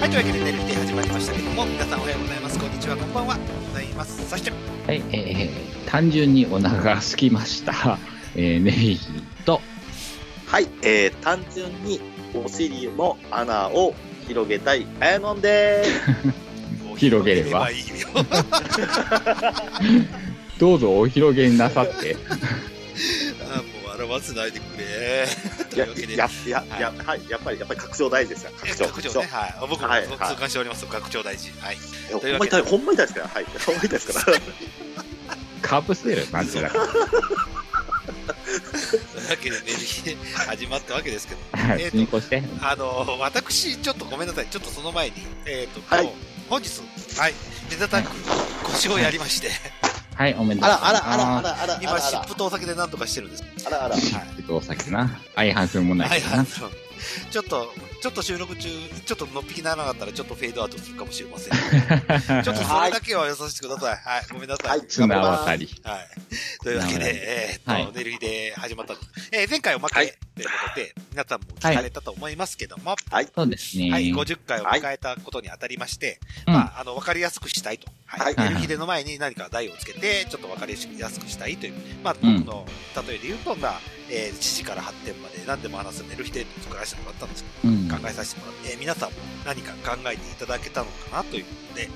はい、というわけで、ね、寝る日始まりましたけども、皆さんおはようございます。こんにちは、こんばんは。ございます。そして、はい、えー、単純にお腹が空きました。 えー、ネギと、はい、えー、単純にお尻の穴を広げたい、あやのんで広げればいいよ。どうぞお広げなさって。あーもう表せないでく れ。ーす。というわけで、や、や、や、や、はい、やっぱり、やっぱり拡張大事ですよ。え拡張。学長ね、はい。僕もはいはい痛感しております、学長大臣。はい。拡張というわけでほんまに大、ほんまに大事で すから、はい、ほんまに大事ですから。カープセールなんてだから。というわけで、寝る日始まったわけですけど、はいえーと進行して。あの、私、ちょっとごめんなさい。ちょっとその前に、えっ、と、はい今日本日、はい、ネタタック、腰をやりまして、はい、おめでとあうごら、ざいまあら、す。あら、あら、あら、あら、今、湿あ布とお酒でなんとかしてるんです。ら、あら、あら、はい。お酒な。相反するもんなはいいからは。。ないちょっと、ちょっと収録中、ちょっとのっぴきならなかったら、ちょっとフェードアウトするかもしれま せん。ちょっとそれだけは優しくください。はい、ごめんなさい。ははいい。綱渡り。というわけなるほどで、えーっはと、い寝る日で始まったの。えー前回おまけとはいういことで、皆さんも聞かれたと思いますけども、そうですね。はい、50回を迎えたことにあたりまして、うんまあ、あの、わかりやすくしたいと。は。はいい寝る日での前に何か題をつけて、ちょっとわかりやすくしたいという、まあ、僕の例えで言うと、まあ、えー、知事から発展まで何でも話す寝る日で作らせてもらったんですけどうん考えさせてもらって、皆さんも何か考えていただけたのかなということで、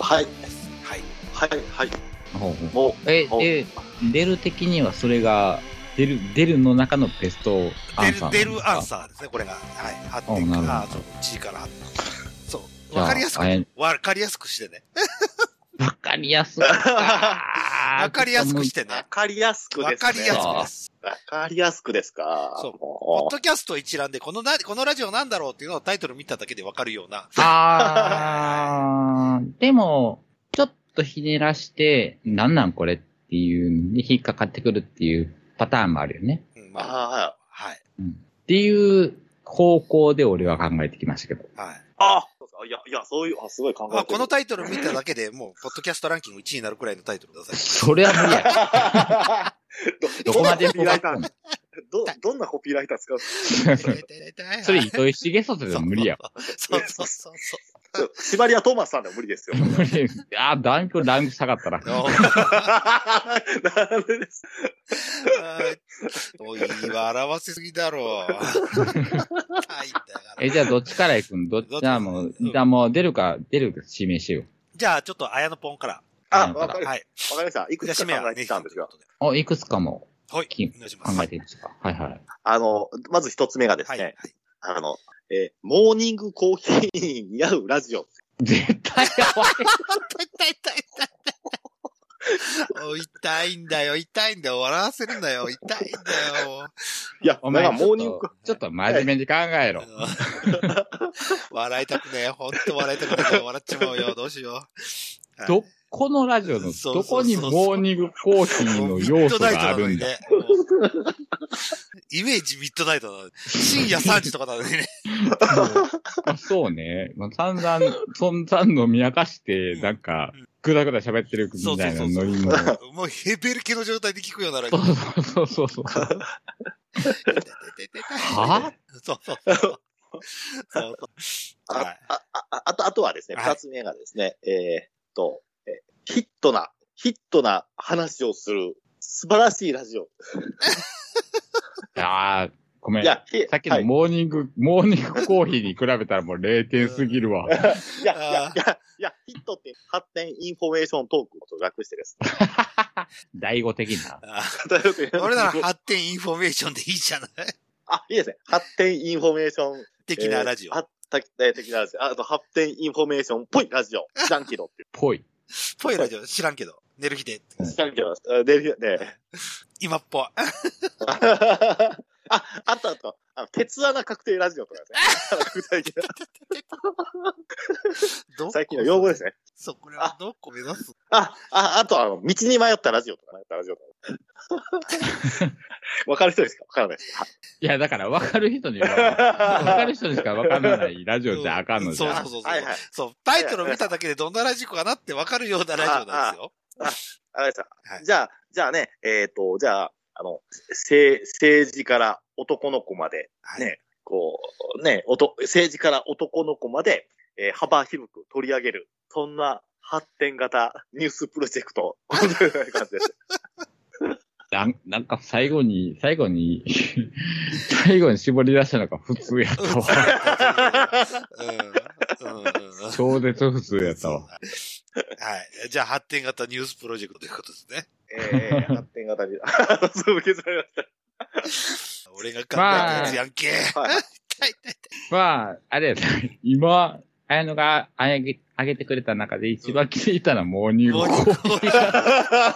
はいです。はい。はい、はい、ほうほうもう、えほ、うえ、出る的にはそれが、出る、出るの中のベストアンサーなんですか。出る出るアンサーですね、これが。はい。発展なかるほどら、そう、知事から発展。そう。じゃあわかりやすあれく、わかりやすくしてね。わかりやすかっ た。わわかりやすくしてわね。かりやすくわですね。かりやすくです。わかりやすくですか。そうポッもドキャスト一覧で、このな、このラジオなんだろうっていうのをタイトル見ただけでわかるような。あー、でも、ちょっとひねらして、なんなんこれっていうのに引っかかってくるっていうパターンもあるよね。うん、うまあ、あはい。っていう方向で俺は考えてきましたけど。はい。あ、あそうかいや、いや、そういう、あ、すごい考えまあ、てこるのタイトル見ただけでもう、ポッドキャストランキング1位になるくらいのタイトルください。それは無理や。どこまで どんなコピーライター育ど、どんなコピーライター使う痛い痛い痛い それ、糸井重里でも無理や。そうそうそうそう。ちょシバリア・トーマスさんでは無 理ですよ。 無理。あー、だいぶランク下がったら。 ダメです。おい、今表せすぎだろう。はい、だから。え、じゃあどっちから行くんどっどっちちじゃあもううん、じゃあもう出るか、出るか指名しよう。じゃあ、ちょっと、綾野ぽんから。あ、わかり、わかはい。りました。いくじゃあ、つ締めか考はえね、てきたんですというがこ。とでお、いくつかもはい。きお願いしま考す。えていいですか。はいはい。あの、まず一つ目がですはい。ね、はい。あの、えーモーニングコーヒーに似合うラジオ。絶対やば痛い。い痛い痛い痛い。お痛いんだよ、痛いんだよ、笑わせるんだよ、痛いんだよ。いや、お前だからモーちニンょグっと、ちょっと真面目に考えろ。笑いたくねえ、ほんと笑いたくねえ、笑っちまうよ、どうしよう。はいどこのラジオのそうどそこうそうにそうモーニングコーヒーの要素があるんだ。ミッドナイトなのにね。イメージミッドナイトなのに。深夜3時とかなのにね。まあ そうね。まあ、散々、散々の見明かして、なんかう、ぐだぐだ喋ってるみたいなノリの。そもうヘベルケの状態で聞くようなら。うそうそうそう。は そうそうそう。そうそう。はあい。あああと、あとはですね、はい二つ目がですね、えーっと、えーヒットな、ヒットな話をする素晴らしいラジオ。ああ、ごめんい。や、ひさっきはのいモーニング、モーニングコーヒーに比べたらもう0点すぎるわ。いや、いあやー、いや、いや、ヒットって発展インフォメーショントークと略し てですね。醍醐的な。あと俺なら発展インフォメーションでいいじゃないあ、いいですね。発展インフォメーション。的なラジオ。えーあたえー的なラジオ。あと、発展インフォメーションっぽいラジオ。知らんけどっていぽい。ぽいラジオ知らんけど。寝る日で。うんう。知らんけど。あで、で、今っぽい。あ、 あとあと、あの、鉄穴確定ラジオとかですね。確定的などこ最近の用語ですね。そう、これはどこ目指すあ、あ、あとあの、道に迷ったラジオとか迷ったラジオとか。わかる人ですかわからないです。いや、だから分かる人には、分かはる人にしか分からないラジオじゃあかんのじそうゃそんう。そうそう。はいはい。そう、タイトルを見ただけでどんなラジオかなってわかるようなラジオなんですよ。あれさはいじゃあ、じゃあね、えっ、と、じゃあ、あの、せ政治から男の子まで、はいね、こう、ね、おと政治から男の子まで、えー幅広く取り上げる、そんな発展型ニュースプロジェクト、こんな感じです。なんなんか最後に、最後に、 最後に絞り出したのが普通やったわ。うん。うん。うん超絶普通やったわ。はい。じゃあ、発展型ニュースプロジェクトということですね。えー、発展型に、 あそう受け取られ俺が考えたやつやんけ。ました。はい。痛い痛いまあ、あれやな、今、あやのがあげあげてくれた中で一番気づいたのはモーニングもうコーヒー。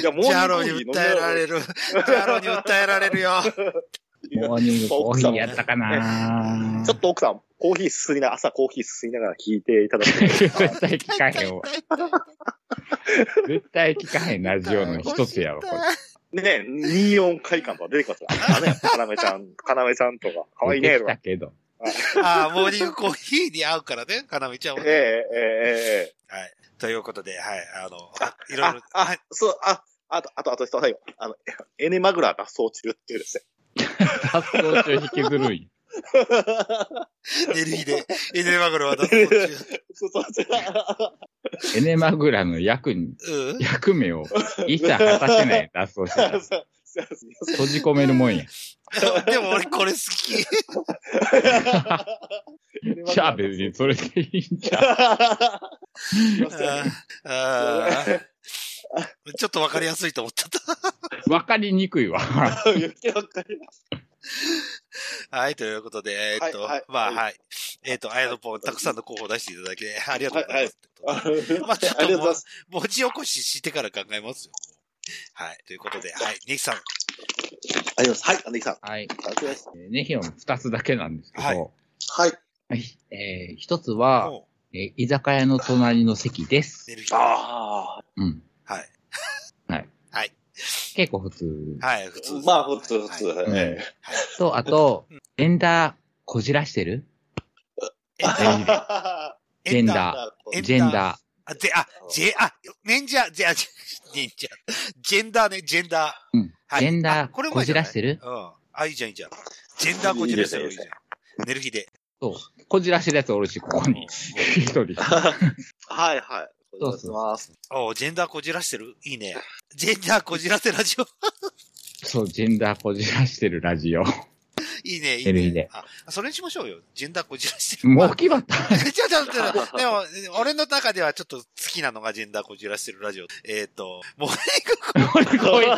いや、もうジャロに訴えられる。る。ジャロに訴えられるよ。モーニングコーヒーやったかなちょっと奥さん、コーヒーすすりな、朝コーヒーすすりながら聞いていただく。絶対聞かへんわ。痛い絶対聞かへんラジオの一つやわ、これ。ね、24回間とか出てきますから。あね、かなめちゃん、かなめちゃんとか、かわいいね、出とてきかた。けど。ああ、モーニングコーヒーに合うからね、かなみちゃんはえね、えええええということで、はい、あの、いろいあろ、、あ、そう、あ、あと、あと、あと、最後。あの、エネマグラ脱走中っていうですね。発想中引きずるい。寝る日で、エネマグロは脱走中。 そうそうそう。エネマグラの役に、うん。役目を一切果たしてない脱走してた。そうそうそう閉じ込めるもんや。でも俺これ好き。じゃあ別にそれでいいんじゃん。あーあーちょっとわかりやすいと思っちゃっわかりにくいわ。た。はい、ということで、えっと、はいはいまあ、はいはい。えっと、あやのぽん、たくさんの候補を出していただき、ありがとうございます。まあ、ちょっありともがとうございうます。文字起こししてから考えますよ。はい、ということで、はい、ネキさん。ありがとうございます。はい、アンディさん。はい。ありがとうございます。えーネヒオン二つだけなんですけど、はいはい。はいえー一つは、もえー居酒屋の隣の席でうす。寝る日で。はああ。うん。い。結構普通。はい、普通。まあ、普通、普通。はいうんえと、あと、ジェンダーこじらしてるええージェンエンターダエー。ンタージェンダあ、で、あ、ジェ、あ、忍者、ジェ、忍者。ジェンダーね、ジェンダー。ー。うん。はいジェンダあーこれもこいいじじゃならいしてるうん。あ、いいじゃん、いいじゃん。ジェンダーこじらせよ、いいじゃん。寝る日で。そう。こじらしてるやつおるし、ここに。一人。はい、はい。お願いします。おおジェンダーこじらしてるいいね。ジェンダーこじらせラジオ。そう、ジェンダーこじらしてるラジオ。いいね、い寝るい日ねで。あ、それにしましょうよ。ジェンダーこじらしてる。もうあ決まった。 ちょちょちょ、でも、俺の中ではちょっと好きなのがジェンダーこじらしてるラジオ。えっ、と、もう、 これこいね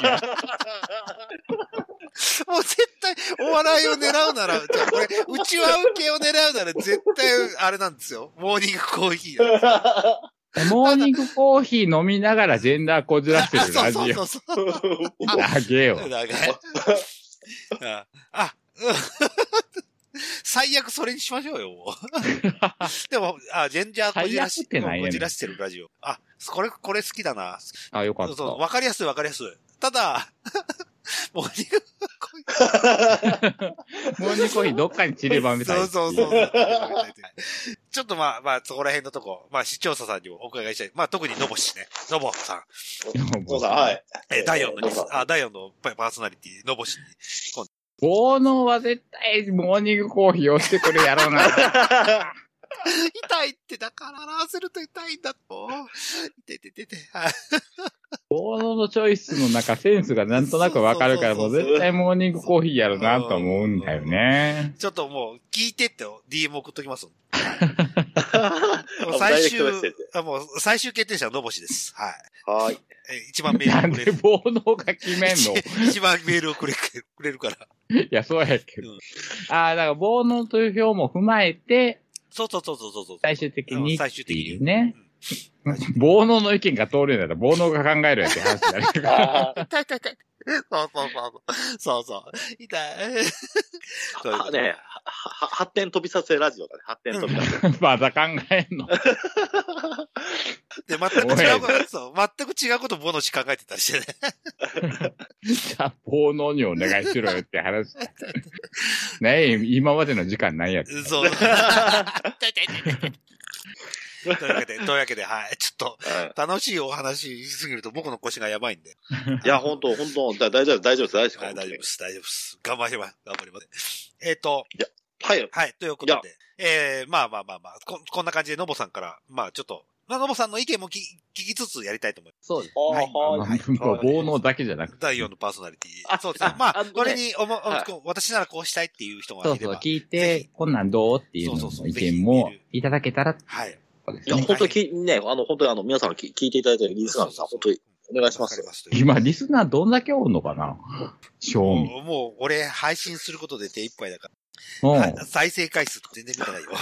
もう絶対、お笑いを狙うなら、じゃあこれ、うちわ受けを狙うなら絶対、あれなんですよ。モーニングコーヒーなんですよ。 モーニングコーヒー飲みながらジェンダーこじらしてるあラジそうそオ。うそうそう。 あげよ。長い。 あ、あ うん最悪それにしましょうよ、もう。 でも、あ、ジェンジャーこじらし最悪ってなんやねんこじらしてるラジオ。あ、これ、これ好きだな。あ、よかそうっそう、た。わかりやすいわかりやすい。ただ、 モーニングコーヒーモーニングコーヒーどっかに散りばめたい。そうそうそう。ちょっとまあ、まあ、そこら辺のとこ、まあ、視聴者さんにもお伺いしたい。まあ、特にのぼしね。のぼさん。そうさん、はい。 えー、第4のどニうューぞス、あ、第4のパーソナリティ、のぼしに。煩悩は絶対モーニングコーヒーをしてくるやろうな。痛いって、だから表せると痛いんだと。痛い痛い痛い痛い。はい煩悩のチョイスの中、センスがなんとなくわかるから、もう絶対モーニングコーヒーやろうなと思うんだよね。ちょっともう、聞いてって、DM 送っときます。もうダイ最終レクトメッセージ、あもう、最終決定者はのぼしです。はい。はい。えー一番メーなルんをくれでる。煩悩が決めん の一番メールをくれくれるから。いや、そうやけどうん。ああ、だから煩悩という表も踏まえて、そうそうそうそうそうそう。最終的うに。ん最終的にね。うん煩 悩の意見が通るんだったら、煩悩が考えるやつって話になる から。 あ痛い痛い痛い。そうそうそう。そうそう。痛い。そういうことあね、はは発展飛びさせラジオだね。発展飛びさせ。まだ考えんの。で、全く違うこと、そう、全く違うことボノシ考えてたりしてね。じゃあ、煩悩にお願いしろよって話。ねえ、今までの時間ないやつ。そう。痛い痛い痛い痛い というわけで、というわけで、はい。ちょっと、楽しいお話しすぎると僕の腰がやばいんで。いや、本当本当だ大丈夫です、大丈夫です、大丈はい、大夫丈夫で。ですす、大丈夫です。頑張ります、頑張ります。えっ、といや、はい。はい、ということで、えー、まあまあまあまあ、ここんな感じで、のぼさんから、まあちょっと、まあ、のぼさんの意見もき聞きつつやりたいと思います。そうです。あーはいあの はい。もうはい煩悩だけじゃなくて。第4のパーソナリティ。あそうですねあ。まあ、あのねこれに思う、はい私ならこうしたいっていう人がそういれそう、ば。聞いぜひて、こんなんどうっていうそのうそうそのう意見もぜいただけたらってはい。ことですいや、ね。本当き、ね、あの、本当にあの、皆さんき聞いていただいてるリスナーの皆さん、本当にお願いしまわかすり。ます今、リスナーどんだけおんのかな賞味。もう、もう俺、配信することで手一杯だかうん。ら。はあい、再生回数とか全然見てないよ。、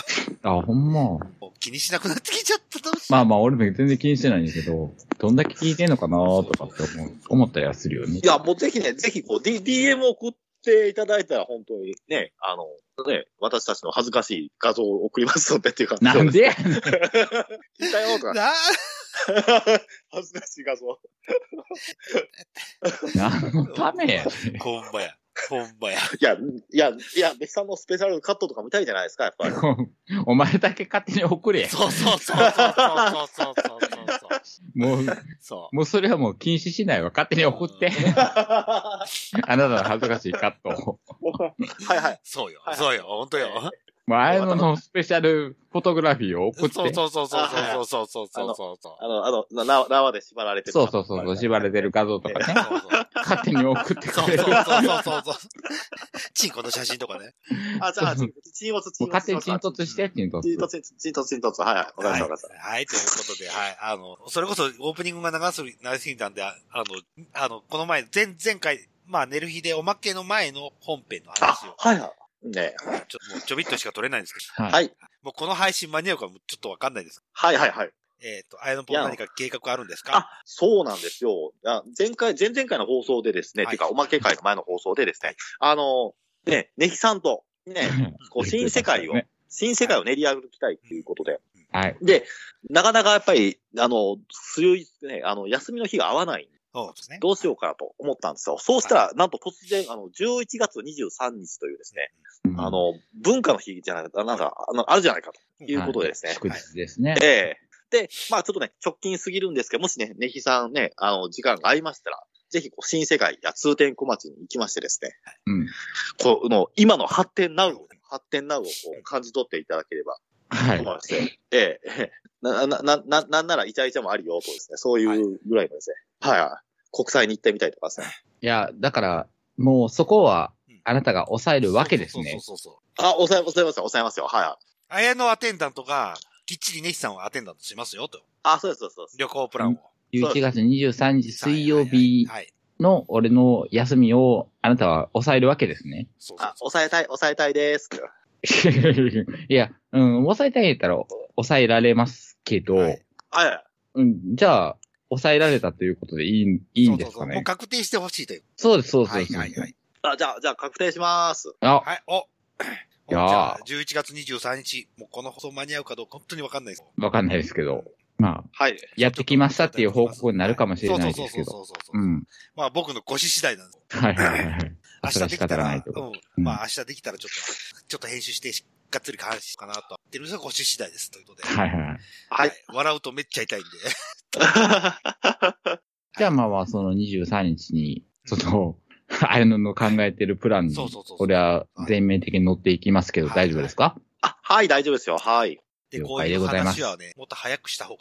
ほんま。もう気にしなくなってきちゃったどうしよまあまあ、俺も全然気にしてないんだけど、どんだけ聞いてんのかなとかって思う思ったりはするよねい。や、もうぜひね、ぜひこう、D、DM を送っていただいたら、本当にね、あの、ね、私たちの恥ずかしい画像を送りますのでっていう感じなんでやねん聞いたよとう。か。なあ、 恥ずかしい画像。何のためやねんほんまや。ほんまや。いや、いや、いや、ベキさんのスペシャルカットとか見たいじゃないですか、やっ ぱり。お前だけ勝手に送れ。そうそうそうそうそうそうそうそう。もう、そもうそれはもう禁止しないわ。勝手に送って。あなたの恥ずかしいカットを。はいはうい。。そうよは。いそうよ。ほんとよ。もう、あやののスペシャルフォトグラフィーを送そうって。そうそうそうそうそうそうそうあのそうそう。あの、あの、な縄縄で縛られてる。そうそうそうそう、縛られてる画像とかね。勝手に送ってそうそくれうる。そうそうそう。チンコの写真とかね。あ、じゃあ、チンチンオツ、チもンうオツ勝手に沈突して、沈突。チンオツ、チンオツ、チンオツ。はいはい。わかりました、わかりました。はい、はい、ということで、はい、あの、それこそオープニングが長すぎ、長すぎたんで、ああの、あの、この前、前、前回、まあ、寝る日でおまけの前の本編の話あを、、はいはい。ねちょもうちょびっとしか取れないんですけど、は。はいいもうこの配信間に合うかもちょっとわかんないです。はいはいはい。えっ、と、あやのぽんいや何か計画あるんですかあ、そうなんですよ。あ前回、前々回の放送でですね、はいてか、おまけ会の前の放送でですね、あの、ね、ネヒさんと、ね、こ う新世界を、新世界を練り歩きたいということで、はい。で、なかなかやっぱり、あの、強い、ね、あの、休みの日が合わない、そうですね。どうしようかなと思ったんですよ。そうしたら、なんと突然、あの、11月23日というですね、うんあ、の、文化の日じゃないか、なんか、あのあるじゃないかということでですね。祝日ですね。ええで、まあちょっとね、直近すぎるんですけど、もしね、ネヒさんね、あの、時間が合いましたら、ぜひ、こう、新世界や通天小町に行きましてですね、うん。この、今の発展なうを、発展なうをこう感じ取っていただければはと思いい。まして、ええ、 な、な、な、な、なんならイチャイチャもあるよとですね、そういうぐらいのですね、はい、国際に行ってみたいとかですね。いや、だから、もうそこは、あなたが抑えるわけですそねう。そうそうそう。あ、抑え、抑えますよ、抑えますよ、はい。あやのアテンダントが、きっちりネヒさんをアテンダントしますよ、と。あ、そうです、そうですそうです。旅行プランを。 11月23日水曜日はいはいはい。はいの俺の休みをあなたは抑えるわけですね。そうそうあ、そう。抑えたい、抑えたいです。 いや、うん、抑えたいんやったら抑えられますけど、はいはい。うん、じゃあ、抑えられたということでいい、いいんですそうそうそかうもうね。確定してほしいという。そうです、そうです。はいそうはいですはい。あ、じゃあ、じゃあ、確定します。あ、はい、お。いやーじゃあ11月23日、もうこの放送間に合うかどうか本当にわかんないです。わかんないですけど、まあ、はい。やってきましたっていう報告になるかもしれないそうですけど。そうそうそうそうそう、うん。まあ僕のご指次第なんです。はいはいはい。明そ日れはで仕きた方がならいと、いうことうん、まあ明日できたらちょっと、ちょっと編集して、がっつり監視かなとは言ってるんですが、ご指次第です。ということで。はいはいはい。はい。笑うとめっちゃ痛いんで。じゃあまあまあ、その23日に、その、あやのの考えてるプランにそうそうそうそう、俺は全面的に乗っていきますけど、はい大丈夫ですか あ、はい、大丈夫ですよ。はい。で、了こう解いでうございます話はね、もっと早くした方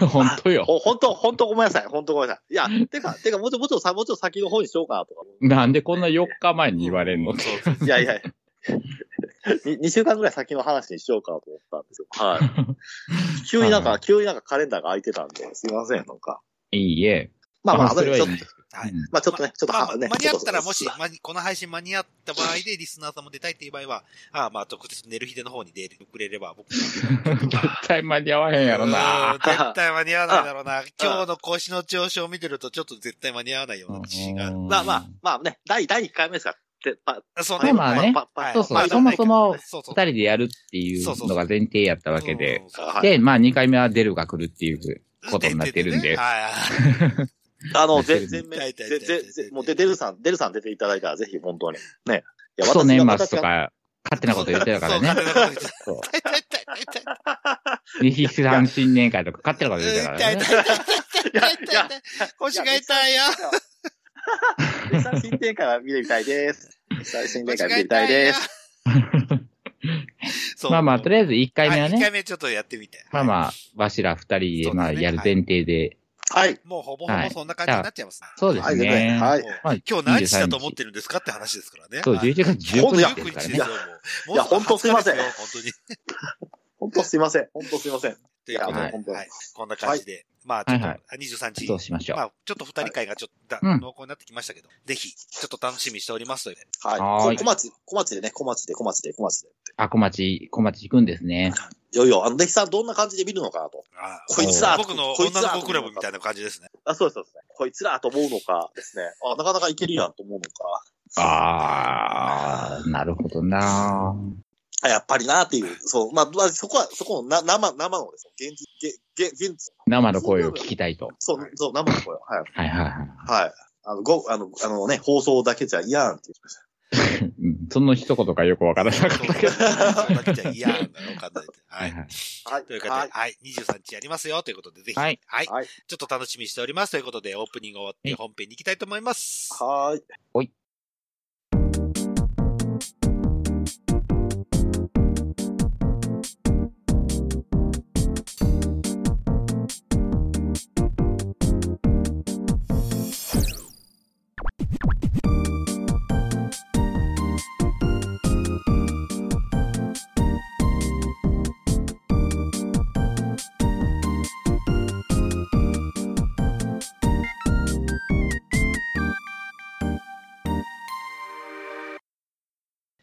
が。本当よ。ほ、ほんと、ほんとごめんなさい。ほんとごめんなさい。いや、てか、てか、もうちょ、もうちょ、さ、もうちょっと先の方にしようかなとか。なんでこんな4日前に言われんのうんそうそうそういやいや。に2週間ぐらい先の話にしようかなと思ったんですよ。 はい。急になんはか、急になんかカレンダーが空いてたんで、すいません、なんか。いいえ。まあまあ、それはいちいょんっでと、すはい。うんまあちょっとね、ちょっとまあまあは、ね。間に合ったら、ちょもっとし、まにこの配信間に合った場合で、リスナーさんも出たいっていう場合は、ああ、まあ、直接寝る日での方に出てくれれば、僕も絶対間に合わへんやろうーな。ん絶対間に合わないだろうな。今日の腰の調子を見てると、ちょっと絶対間に合わないような自信がある。まあまあ、まあね、第、第1回目ですから。で、まそうまあまあねパはいそうまそあう、そもそもそうそ二う人でやるっていうのが前提やったわけでうん。そうはいで、まあ二回目は出るが来るっていう。ことになってるんでねはいはいあの、出全て全る面、出てる全全出てる全もうで、デルさん、デルさん出ていただいたら、ぜひ、本当に。ね。いクやソ私年が末と私がか、勝手なこと言ってたからそうね。勝手なこと言ってそう。た痛い痛い痛い痛い西さん新年会とか勝手なこと言ってたか痛らい痛い痛い痛い痛い痛いね。痛い腰が痛いよ。 デルさん新展開は見てみたいです。デルさん新展腰開見がてみた痛いいでよす。。そう。まあまあ、とりあえず1回目ははい一回ね、目ちょっとやってみて。まあまはあ、わしらそ二人うで、ですねまあ、やる前提で。はい。いもうほぼほぼそんな感じになっちゃいますね。そうではすい、はいね。はい。もうまあ今日何時だと思ってるんですかって話ですからね。そう、はい11月もう19いや日です19日でからすねよ。。もういや本当すいませんもうすぐ20日ですよ本当に。本当すいません。本当すいません。ということで、ははいいこんな感じで、まあ、ちょっと、23日そう、しましょまう。あ、ちょっと二人会がちょっとだ、うん濃厚になってきましたけど、ぜひ、ちょっと楽しみにしておりますので、はい。はーいこ小町、小町でね、小町で、小町で、小町で。あ、小町、小町行くんですね。いよいよ、あの、デヒさんどんな感じで見るのかなと。あこいつら僕のこいつ女らの子クラブみたいな感じですね。あ、そうです、そうですね。こいつらと思うのかですね。あ、なかなかいけるやんと思うのか。あー、なるほどなあ、やっぱりなっていう。そう。まあ、まあ、そこは、そこのな生、生のですね。現実、げ、げ、現実。生の声を聞きたいと。そう、そう、生の声を。はい。はいはいはい。はい。あの、ご、あの、あのね、放送だけじゃ嫌なんって言ってました。うんその一言がよくわからなかったそうけど。そうだけじゃ嫌なのかんないって。ははいい。はい。はい。ということで、はい。23日やりますよということで、ぜひ、ははいい。はいちょっと楽しみにしておりますということで、オープニング終わってはい本編に行きたいと思います。はい。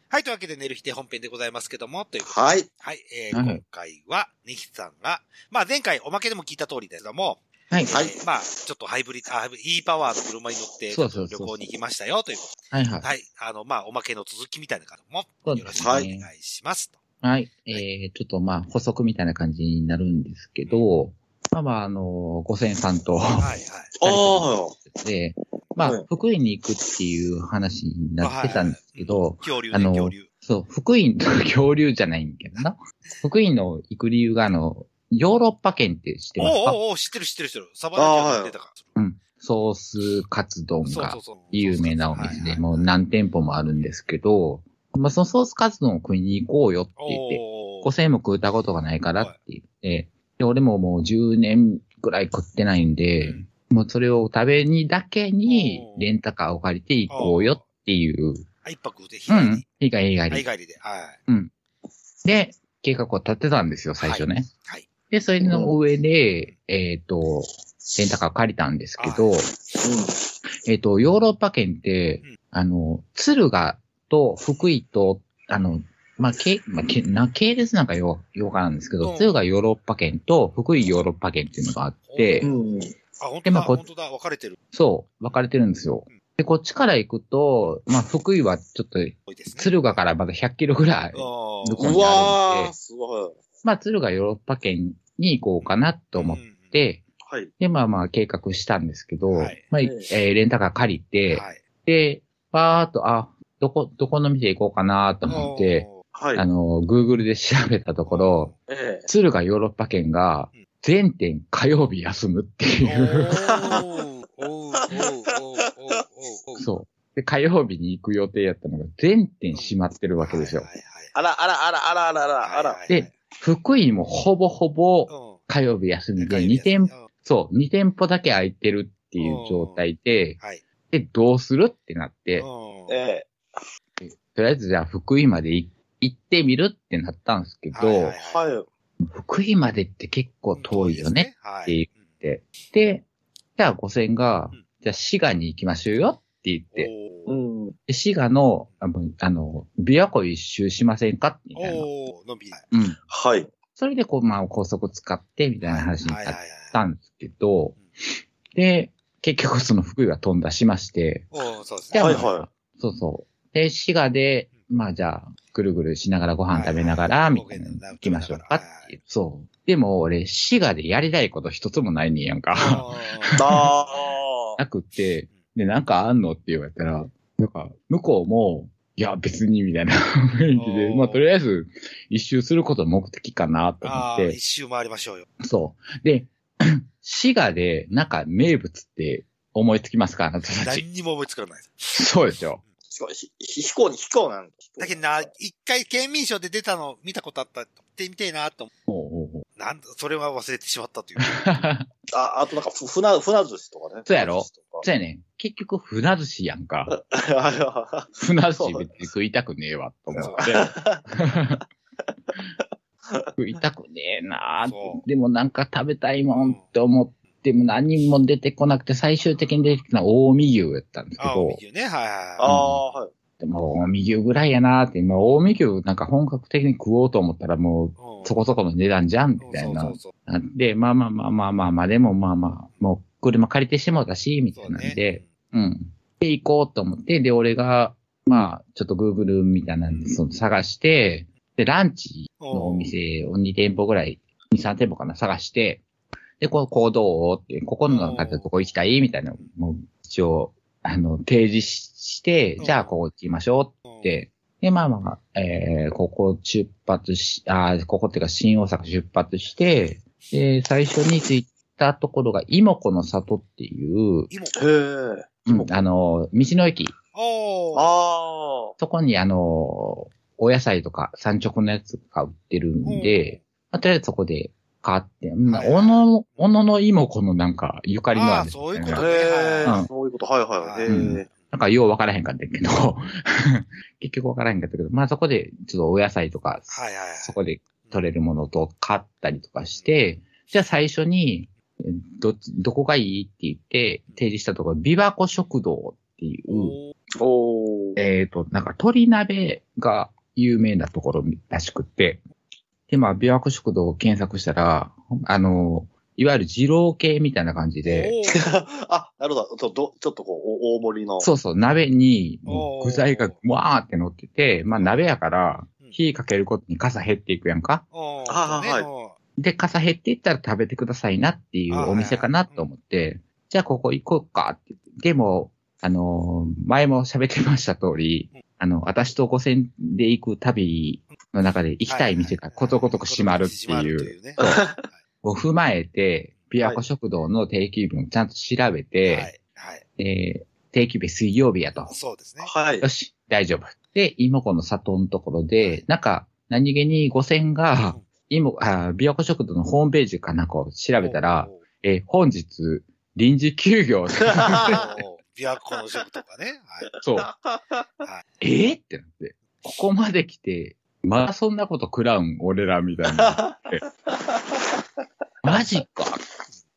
はい。というわけで、寝る日で本編でございますけども、ということで、はい。はい。えーはい今回は、ネヒさんが、まあ前回おまけでも聞いた通りですけども、はい。はいえーまあ、ちょっとハイブリッド、あハイブリッド e パワーの車に乗って、そうそうそ旅う行に行きましたよということではいはい。はい。あの、まあ、おまけの続きみたいな方も、そようろですしくねお願いします。はい。えー、ちょっとまあ、補足みたいな感じになるんですけど、まあまあ、あの、五千さんと、はい、はい。ああ、で、まはあい、福井に行くっていう話になってたんですけど、恐竜あね、の恐竜。そう、福井、恐竜じゃないんだけどな。福井の行く理由が、あの、ヨーロッパ圏って知っておうますかおうおう知ってる知ってる知ってる。サバナキ出たか。うん。ソースカツ丼そうそがうそう。有名なお店はいで、はいもう何店舗もあるんですけど、まあ、そのソースカツ丼を食いに行こうよってお言って、うおう5000も食ったことがないからって言って、で、俺ももう10年ぐらい食ってないんで、もうそれを食べにだけにお、ーレンタカーを借りて行こうよっていう、あ一泊で、日帰うんり。。以外以外あ日で。帰りで。はい。で、計画を立てたんですよ、最初ね。はい。で、それの上で、えっと、レンタカーを借りたんですけど、えっと、ヨーロッパ圏ってうん、あの、敦賀と福井と、あの、まあ、け、まあ、け、な、系列なんかよ、ようかなんですけうんど、敦賀ヨーロッパ圏と福井ヨーロッパ圏っていうのがあってう、ん。うん。あ、本当でだ、まあこ本当だ、分かれてる。そう、分かれてるんですようん。で、こっちから行くと、まあ、福井はちょっと、多いですね。敦賀からまだ100キロぐらあい、向こうわー、すごい。まあ、敦賀ヨーロッパ圏に行こうかなと思っうんうんて、はい。で、まあまあ計画したんですけど、はいまあ、ええーレンタカー借りて、はい。で、バーっと、あ、どこ、どこの店行こうかなと思って、おう、はいあ。の、Google で調べたところ、ええ。鶴がヨーロッパ圏がうん、全店火曜日休むっておいう、うおうおうおうおうおうおうそう。で、火曜日に行く予定やったのが、全店閉まってるわけですよは。いはいあら、あら、あら、あら、あら、あら、あら。はい。で福井もほぼほぼうん火曜日休みで、二2店、そう、2店舗だけ空いてるっていう状態で、はい。で、どうするってなって、うんええ。とりあえずじゃあ福井までい行ってみるってなったんですけど、はいはいはい。福井までって結構遠いよね。。はって言い。で、じゃあ五千がうん、じゃあ滋賀に行きましょうよって言って、おうーん。で滋賀の、あのあの、琵琶湖一周しませんかみたいな。おーのんびり。うん。はい。それでこう、まあ高速使ってみたいな話にはいなはいっはいたんですけど、で、結局その福井は飛んだしまして、おーそうですじね。ゃあ、はいはそうそう。で、滋賀で、まあじゃあ、ぐるぐるしながらご飯食べながはいはら、いみたいなの行きましょうかっはていう。そう。でも俺、滋賀でやりたいこと一つもないねんやんか。おーああ。なくって、で、なんかあんのって言われたら、なんか、向こうも、いや、別に、みたいな 雰囲気で、おーまあとりあえず、一周すること目的かなと思あっーて一、周回りましょうよ。そう。で、 滋賀で、なんか名物って思いつきますかあなたたち。何にも思いつかないです。そうでしょ。し非公、ひひ非公に非公なんだけどな、一回県民賞で出たの見たことあった。行ってみてえなと思ほうほうほう。う。なんだ、それは忘れてしまったという。あ、あとなんか、ふ船、船寿司とかね。そうやろ船そうやねん。結局、船寿司やんか。寿司とか あれは船寿司別に食いたくねえわ、と 思って。食いたくねえなーそでもなんか食べたいもんって思っても何も出てこなくて、最終的に出てきたのは近江牛やったんですけあ、おみど、ぎゅね。はいはいあはあ、はい。でも近江牛ぐらいやなーって、今近江牛なんか本格的に食おうと思ったらもい。うんうそこそこの値段じゃん、みたいなそう。そうなんで、まあまあまあまあまあまあ、でもまあまあ、もう車借りてしもうたし、みたそ。いうなんそうで、ね。うん。で、行こうと思って、で、俺が、まあ、ちょっと Google みたいなんで、その探して、で、ランチのお店を2店舗ぐらい、2、3店舗かな、探して、で、この行動をって、ここの中でどこ行きたいみたいな、もう、一応、あの、提示ししてう、んじゃあ、ここ行きましょうんうって、で、まあまあ、えー、ここ出発し、あーここっていうか、新大阪出発して、で、最初に着いたところが、妹子の里っていう、今、へえ。うん、あの、道の駅。おー。あそこにあの、お野菜とか産直のやつが売ってるんで、まあとりあえずそこで買って、まあ、はいはいおの、おのの芋子のなんか、ゆかりのあるあーそういうことあ。なんねかへはえ。いそういうこと。はいはい。へうんえ。なんかようわからへんかったけど、 結局わからへんかったけど、まあそこでちょっとお野菜とか、はいはいはい。そこで取れるものと買ったりとかして、じゃあ最初に、えどっち、どこがいいって言って、提示したところ、ビバコ食堂っていう、おーおー。えっ、と、なんか鶏鍋が有名なところらしくって、で、まあ、琵琶湖食堂を検索したら、あの、いわゆる二郎系みたいな感じで、おー あ、なるほど。ちょっとちょっとこう、お大盛りの。そうそう、鍋におもーう具材がわーって乗ってて、まあ、鍋やからうん、火かけることに傘減っていくやんか。 おーそあーうねはいおーで、傘減っていったら食べてくださいなっていうお店かなと思って、じゃあここ行こうかって言って。でも、あのー前も喋ってました通りうん、あの、私と五線で行く旅の中で行きたい店がことごとく閉まるってことごとくいう、閉まるとそういうね。を踏まえて、琵琶湖食堂の定休日もちゃんと調べて、はい。はい。えー定休日水曜日やと。そうですね。はいよ。し、大丈夫。で、妹子の里のところで、なんか、何気に五線 が、今、あー、琵琶湖食堂のホームページかなんかを調べたら、おー、えー本日、臨時休 業。おー琵琶湖の食とかね。はい。そう。えーってなって、ここまで来て、まだそんなこと食らうん、俺らみたいな。 マジか。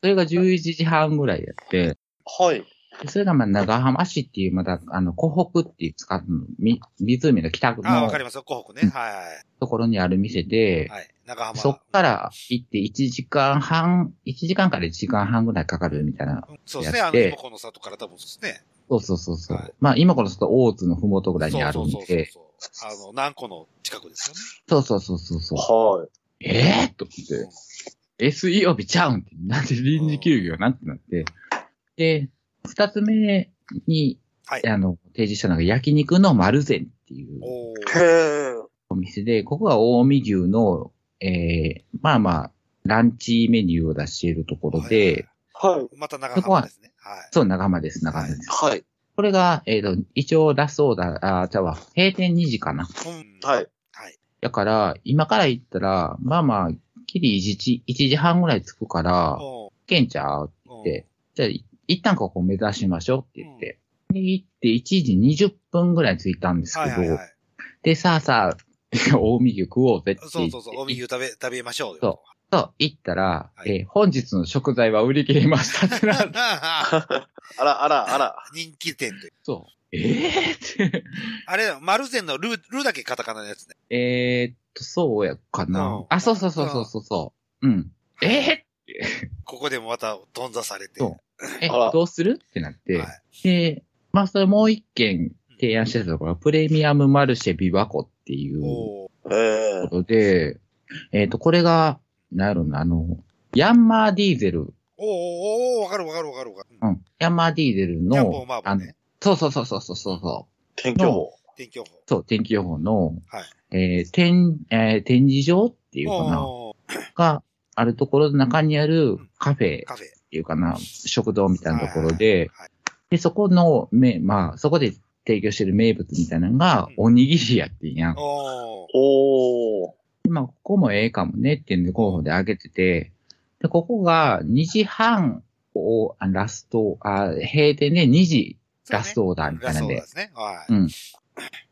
それが11時半ぐらいやって、はい。でそれがまあ長浜市っていう、まだ、あの、湖北っていう使う、み、湖の北ああ、わのかりますよ。湖北うね。んはところにある店でい。、はい。長浜。そっから行って1時間半、1時間から1時間半ぐらいかかるみたいな。うんそうですね。やあっの、て今この里から多分そうですね。そうそうそうそう。はいまあ今このちょっと大津のふもとぐらいにあるんそうそうそうで、そう。あの、南湖の近くですよね。そうそうそうそうそう。はええと思って、水曜日ちゃうんって、なんで臨時休業なんてなって。で、二つ目に、はいあの、提示したのが焼肉の丸善っていうおーい。へえ。お店で、ここは近江牛の、えーまあまあ、ランチメニューを出しているところで、はいはい。また長浜ですね。はい。そう、長間です、長間です。はい。これが、えっ、と、一応ラストオーダー、あー、じゃあ、閉店2時かな。うんはい。はい。だから、今から行ったら、まあまあ、きり1時、1時半ぐらい着くから、お行けんちゃうーで、じゃあ、い一旦ここ目指しましょうって言って、で、行って1時20分ぐらい着いたんですはけいど、はいはい。で、さあさあ、 近江牛食おうぜって言ってそうそうそう。おみゆ食べ、食べましょうよ。そと行ったら、はいえー本日の食材は売り切れました ってなってあら、あら、あら。人気店という。そう。えーって。あれ、マルゼンのルー、ルーだけカタカナのやつね。えーっと、そうやかな。うんあ、そうそうそうそうそうそう。うん。えーってここでもまた、頓挫されて。そうえあら、どうするってなって、はいで、まあ、それもう一件提案してたところが、プレミアムマルシェビワコっていう。おーへということで、えっ、と、これが、なんやろな、あの、ヤンマーディーゼル、おーおーおーわかるわかるわかるわかる。うん、ヤンマーディーゼルジャンボのー、マーボあーのね。そうそうそうそうそうそう、天気予報。天気予報。そう、天気予報の、はいえー展、えー展示場っていうかな、おがあるところの中にあるカフェっーカフェ。ていうかな、食堂みたいなところで、はいで、そこの、め、まあ、そこで提供してる名物みたいなのが、おにぎりやってんやん。おーおー。今、ここもええかもねっていうんで候補で挙げてて、で、ここが2時半を、あラスト、あ閉店で2時ラストオーダーみたラいスなトんオーダーでで。すね。はうん。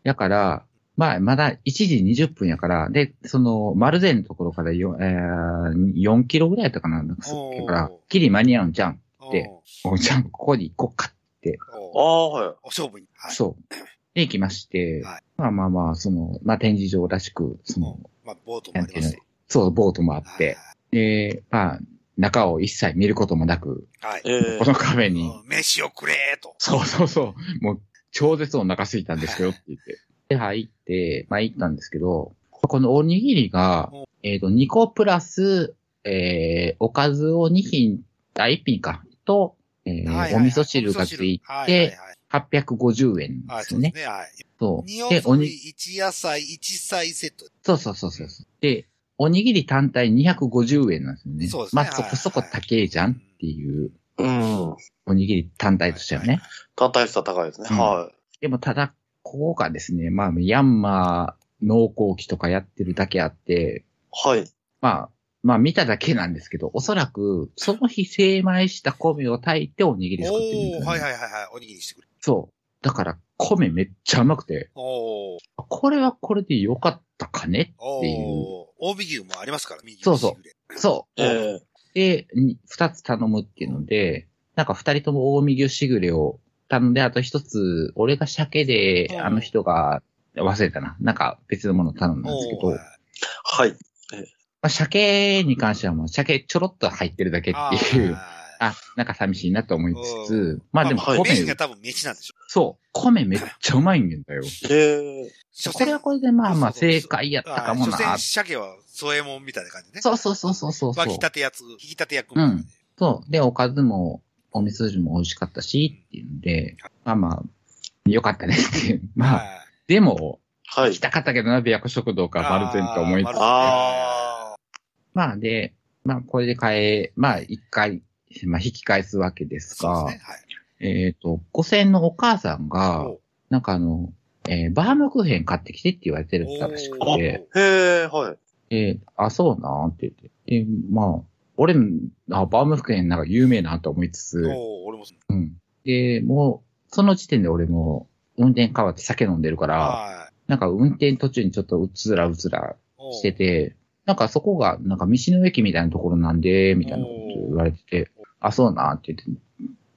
だから、まあ、まだ1時20分やから、で、その、丸善のところからよ、えー、4キロぐらいやったかな、なんかそおーだから、きり間に合うんじゃん。い。でおおじゃん、ここに行こうか。ーあおーあ、はい。お勝負に。はい。そう。で、行きまして、はいまあまあまあ、その、まあ展示場らしく、その、まあ、ボートもありますし。そう、ボートもあっはいて、。で、まあ、中を一切見ることもなく、はい。ええこのカフェに、うん飯をくれーと。そうそうそう、もう、超絶お腹空いたんですけどって言って。で、入って、まあ行ったんですけど、このおにぎりがう、えっ、と、2個プラス、えー、おかずを2品、あ、1品か、と、えーはいはいはいお味噌汁がついはいはいて、はい850円はい、ですそようでねす。ね。はい。そう。二おで、おふにり、一野菜、一菜セット。そうそうそうそうそう。で、おにぎり単体250円なんですよね。そうですねまあ、そこそこ高えじゃんっていう、うん。おにぎり単体としてはね。はい単体率は高いですね。うんはでも、ただ、ここがですね、まあ、ヤンマー農耕機とかやってるだけあって、い。はい。まあ、まあ見ただけなんですけど、おそらく、その日精米した米を炊いておにぎり作ってるんだよおねおはいはいはいはい。おにぎりしてくれ。そう。だから、米めっちゃ甘くて、おーこれはこれで良かったかねおっていう。お大尾牛もありますから、右そうそうそう。えで、に二つ頼むっていうので、なんか二人とも大見牛しぐれを頼んで、あと一つ、俺が鮭うで、んあの人が、忘れたな。なんか別のものを頼んだんですけど、おまーはい。あ、鮭に関してはもう鮭ちょろっと入ってるだけあってーいう、あなんか寂しいなと思いつつ、ままああででもも、まあ米、メインが多分飯なんでしょ。そう、米めっちゃうまいんだよ。ええ所これはこれでまあまあそうそうそう正解やったかあも所な。詮、鮭は添えもんみたいな感じね。そうそうそうそうそうそう湧き。立てやつ、引き立て役みたいなね。そう。で、おかずも、お味噌汁も美味しかったし、っていうんで、まあまあ、よかったねっていう。まあ、はいでも、は行きい。たかったけどな、琵琶湖食堂か、バルゼンと思いつあつー。あまあで、まあ、これで買え、まあ、一回、まあ、引き返すわけですそうが、ですね。はい。えっ、と、五千のお母さんがおう、なんかあの、えーバームクーヘン買ってきてって言われてたらしくおて、ーへえ、はい。で、あ、そうなんって言って。で、まあ、俺も、あ、バームクーヘンなんか有名なと思いつつ、おー俺もそう。うん。で、もう、その時点で俺も、運転変わって酒飲んでるから、はい。なんか運転途中にちょっとうつらうつらおーしてて、なんかそこが、なんか道の駅みたいなところなんで、みたいなこと言われてて、あ、そうなって言って、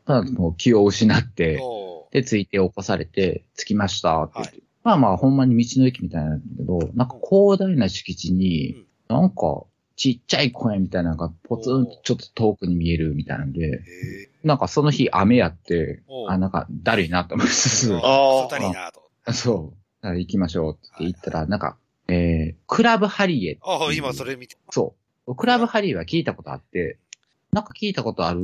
ただもう気を失って、おで、ついて起こされて、着きましたって言って。まあまあ、ほんまに道の駅みたいなんだけど、なんか広大な敷地に、なんかちっちゃい公園みたいなのがポツンとちょっと遠くに見えるみたいなんでー、へーなんかその日雨やって、おうあ、なんかだるいなと思いつつ、ああ。二人なと。 そう、だから行きましょうって言ったら、なんか、えー、クラブハリエ。ああ、今それ見て。そう。クラブハリエは聞いたことあって、なんか聞いたことある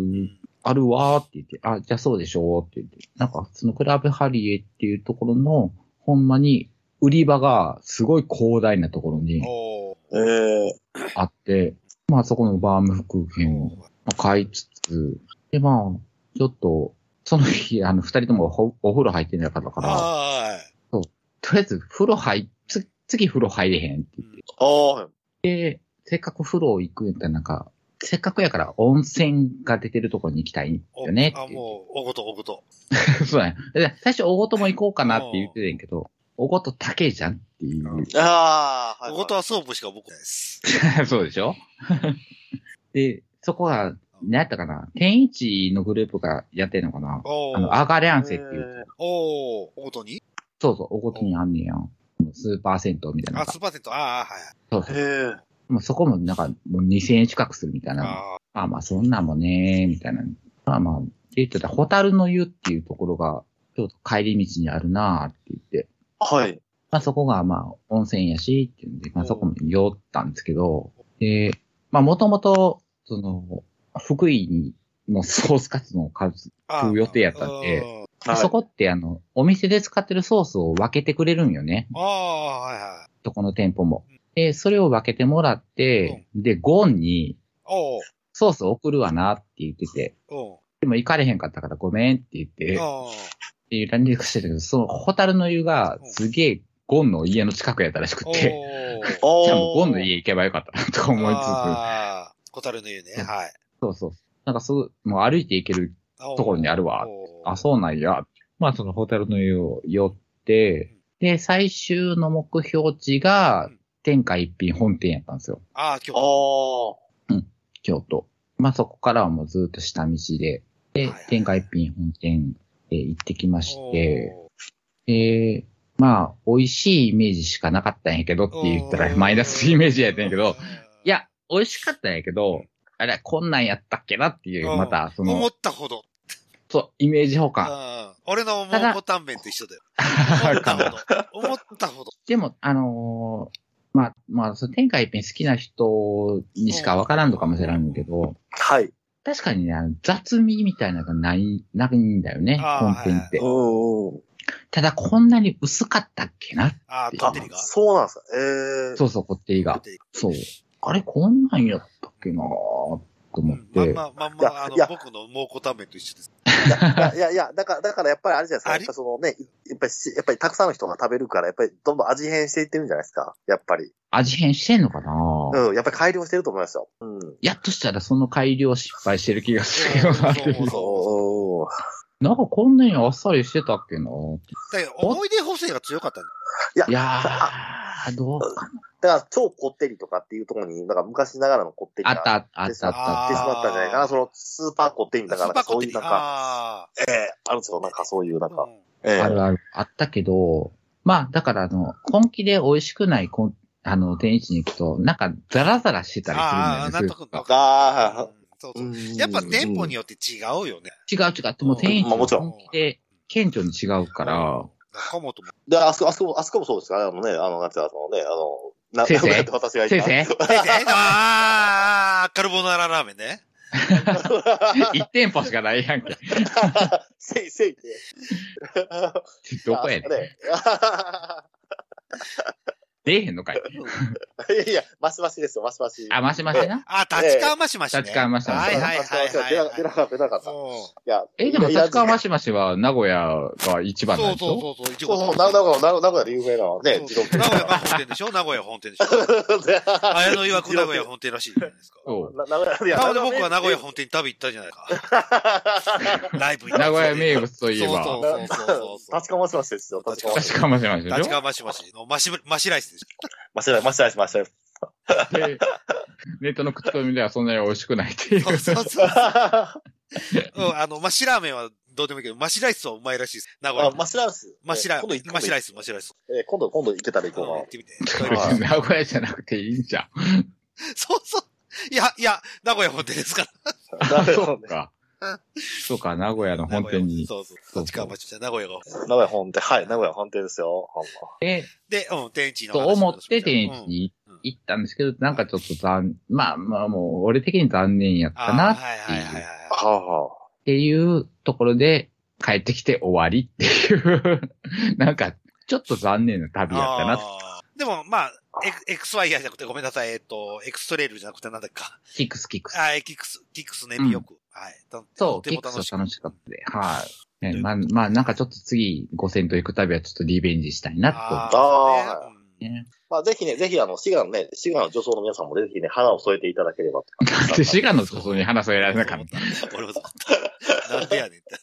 あるわーって言って、あ、じゃあそうでしょうって言って、なんかそのクラブハリエっていうところの、ほんまに売り場がすごい広大なところにおーええあって、まあそこのバームクーヘンをおー買いつつ、でまあ、ちょっと、その日、あの、二人ともほお風呂入ってなかったから、あとりあえず風呂入、つ、次風呂入れへんって言って、ああ、はい。せっかく風呂行くんやったらなんか、せっかくやから温泉が出てるところに行きたいんーよねってあ、言ってもう、おごとおごと。 そうだね。で最初、大ごとも行こうかなって言ってたんやけど、大ごと高えじゃんっていうう。ああ、はい。おごとはソープしか僕ないです。 そうでしょで、そこは、何やったかな天一のグループがやってんのかなおあーの、アガレアンセっていう。う。おーおごとにそうそう、おごとにあんねんやん。スーパー銭湯みたいなのあ、がスー。パーセント、ああ、はいはい。そうそう。ええ。もうそこもなんか、もう2000円近くするみたいな。あまあまあ、そんなんもね、みたいな。まあまあ、って言ってた、ホタルの湯っていうところが、ちょっと帰り道にあるなーって言って。はい。まあそこがまあ温泉やしっていうんで、まあそこも寄ったんですけど、で、まあもともと、その、福井のソースカツの数、あ。食う予定やったんでうんはい。そこってあの、お店で使ってるソースを分けてくれるんよね。ああ、はいはい。どこの店舗も。で、それを分けてもらって、で、ゴンにおうソース送るわなって言ってて、おうでも行かれへんかったからごめんって言って、おうっていうランディングしてたけど、そのホタルの湯がすげえゴンの家の近くやったらしく おて、ー。おじゃあもうゴンの家行けばよかったなとか思いつつ、あー。小樽の湯ね。はい。そうそう。なんかそう、もう歩いて行けるとところにあるわ。あ、そうなんや。まあそのホタルの湯を寄って、で、最終の目標地がうん、天下一品本店やったんですよ。ああ、今日。あ京都。まあそこからはもうずっと下道で、はいではいはい、天下一品本店へ行ってきまして、おーで、まあ、美味しいイメージしかなかったんやけどって言ったらマイナスイメージやったんや けど、、いや、美味しかったんやけど、あれ、こんなんやったっけなっていうう、んまた、そ思のっ、たほど。そう、イメージ保管。うん俺の思たうだボタン麺と一緒 だよ。あ思るったかほも。ど。思ったほど。でも、あのーまあ、まあ、その天下一品好きな人にしかわからんのかもしれんけど、あ。はい。確かにね、あの雑味みたいなのがない、ないんだよね、あー本編ってう。んうん。ただ、こんなに薄かったっけなああ、あこってりが。そうなんですか。ええそうそう、こってりこっが。てりそう。あれ、こんなんやったっけなーと思っまてん。ま、まんま、あのいや、僕の蒙古タンメンと一緒です。いやいや、だから、だからやっぱりあれじゃないあれですか。やっぱそのね、やっぱりし、やっぱりたくさんの人が食べるから、やっぱりどんどん味変していってるんじゃないですか。やっぱり。味変してんのかなうん。やっぱり改良してると思いますよ。うん。やっとしたらその改良失敗してる気がするよな。そうおーなんかこんなにあっさりしてたっけな。だけど、思い出補正が強かったんだいやー、どうかな。だから、超こってりとかっていうところに、なんか昔ながらのこってりあがったあったあったあ行っってしまったんじゃないかあーな。その、スーパーこってりみたいスーパな、ーコそっうていうり。なんか、あええあるんですよ。なんかそういう、なんあか。。ええた。あるある。あったけど、まあだからあの、根気で美味しくないこんあの、天一に行くと、なんかザラザラしてたりああ、すなるんんだとかよね。スーパーあうんそうーそうう。んやっぱ店舗によって違うよね。違う違うって、もう天一まあもちろん本気で顕著に違うから、中本も。で、あそこ、あそこ、あそこもそうですから、あのね、あの、なんていうの、あのね、あの、な先生名古屋で私が先行生 った。先生ああ、カルボナーララーメンね。一店舗しかないやんけ。せいせいって。どこやねん。ね 出えへんのかい。 いやいや、マシマシですよ、マシマシ。あ、ましましな。あ、立川マシマシね。立川マシマシはいはいマシマシはい出は。ない出なかった、出なかった。いそや、え、でも、いや立川マシマシは名古屋が一う番なんそうでしょそうそう、いちそごうとそう、名古屋、名古屋で有名なのはね、自動名古 屋が本店でしょ名古屋本店でしょ綾野曰く名古屋本店らしいじゃないですか。そう。な名古屋、いやなので僕は名古屋本店に旅行ったじゃないか。ライブに。 名古屋名物といえば、そうそうそうそうそう。立川マシマシですよ、立川マシ立川マシマシで立しょ川マシマシのマシブマシライスで しマシマシ。マシマシ、マシマシ。でネットの口コミではそんなに美味しくないっていう。ょ。そうそう そう。うん、あの、マシラーメンはどうでもいいけど、マシライスはうまいらしいです。名古あ屋。マシライス。マシラ、今度行マシライス、マシライス。えー今度、今度行けたら行うん行 こってみて。はい名古屋じゃなくていいんじゃん。 そうそう。いや、いや、名古屋本店ですから。あうかな。そうか。そうか、名古屋の本店に。そうそう。立川マシマシ、名古屋が。名古屋本店。はい、名古屋本店ですよ。ほんまで、で、うん、天一の話をしましとょう。思って天一うんに行ったんですけど、なんかちょっと残、まあまあもう、俺的に残念やったあなあ、っはいはいはいははあはていうところで、帰ってきて終わりっていう、 なんか、ちょっと残念な旅い。やったなってあーでも、まあ、エクス XY じゃなくて、ごめんなさい、えっと、エクストレイルじゃなくて、なんだっけか。キックスキックス。あーキックス、キックスね、よく。はい。とそとう、てキッもク楽しスくは楽しかったで。はい。ね、まあ、まあ、なんかちょっと次、5000と行く旅はちょっとリベンジしたいなと思っあて。ーそうねうんね、 まあ、ぜひね、ぜひ、あの、滋賀のね、滋賀の女装の皆さんもぜひね、花を添えていただければと。だって滋賀の外に話をやられなかった。俺もそう思った。なんでやねんって。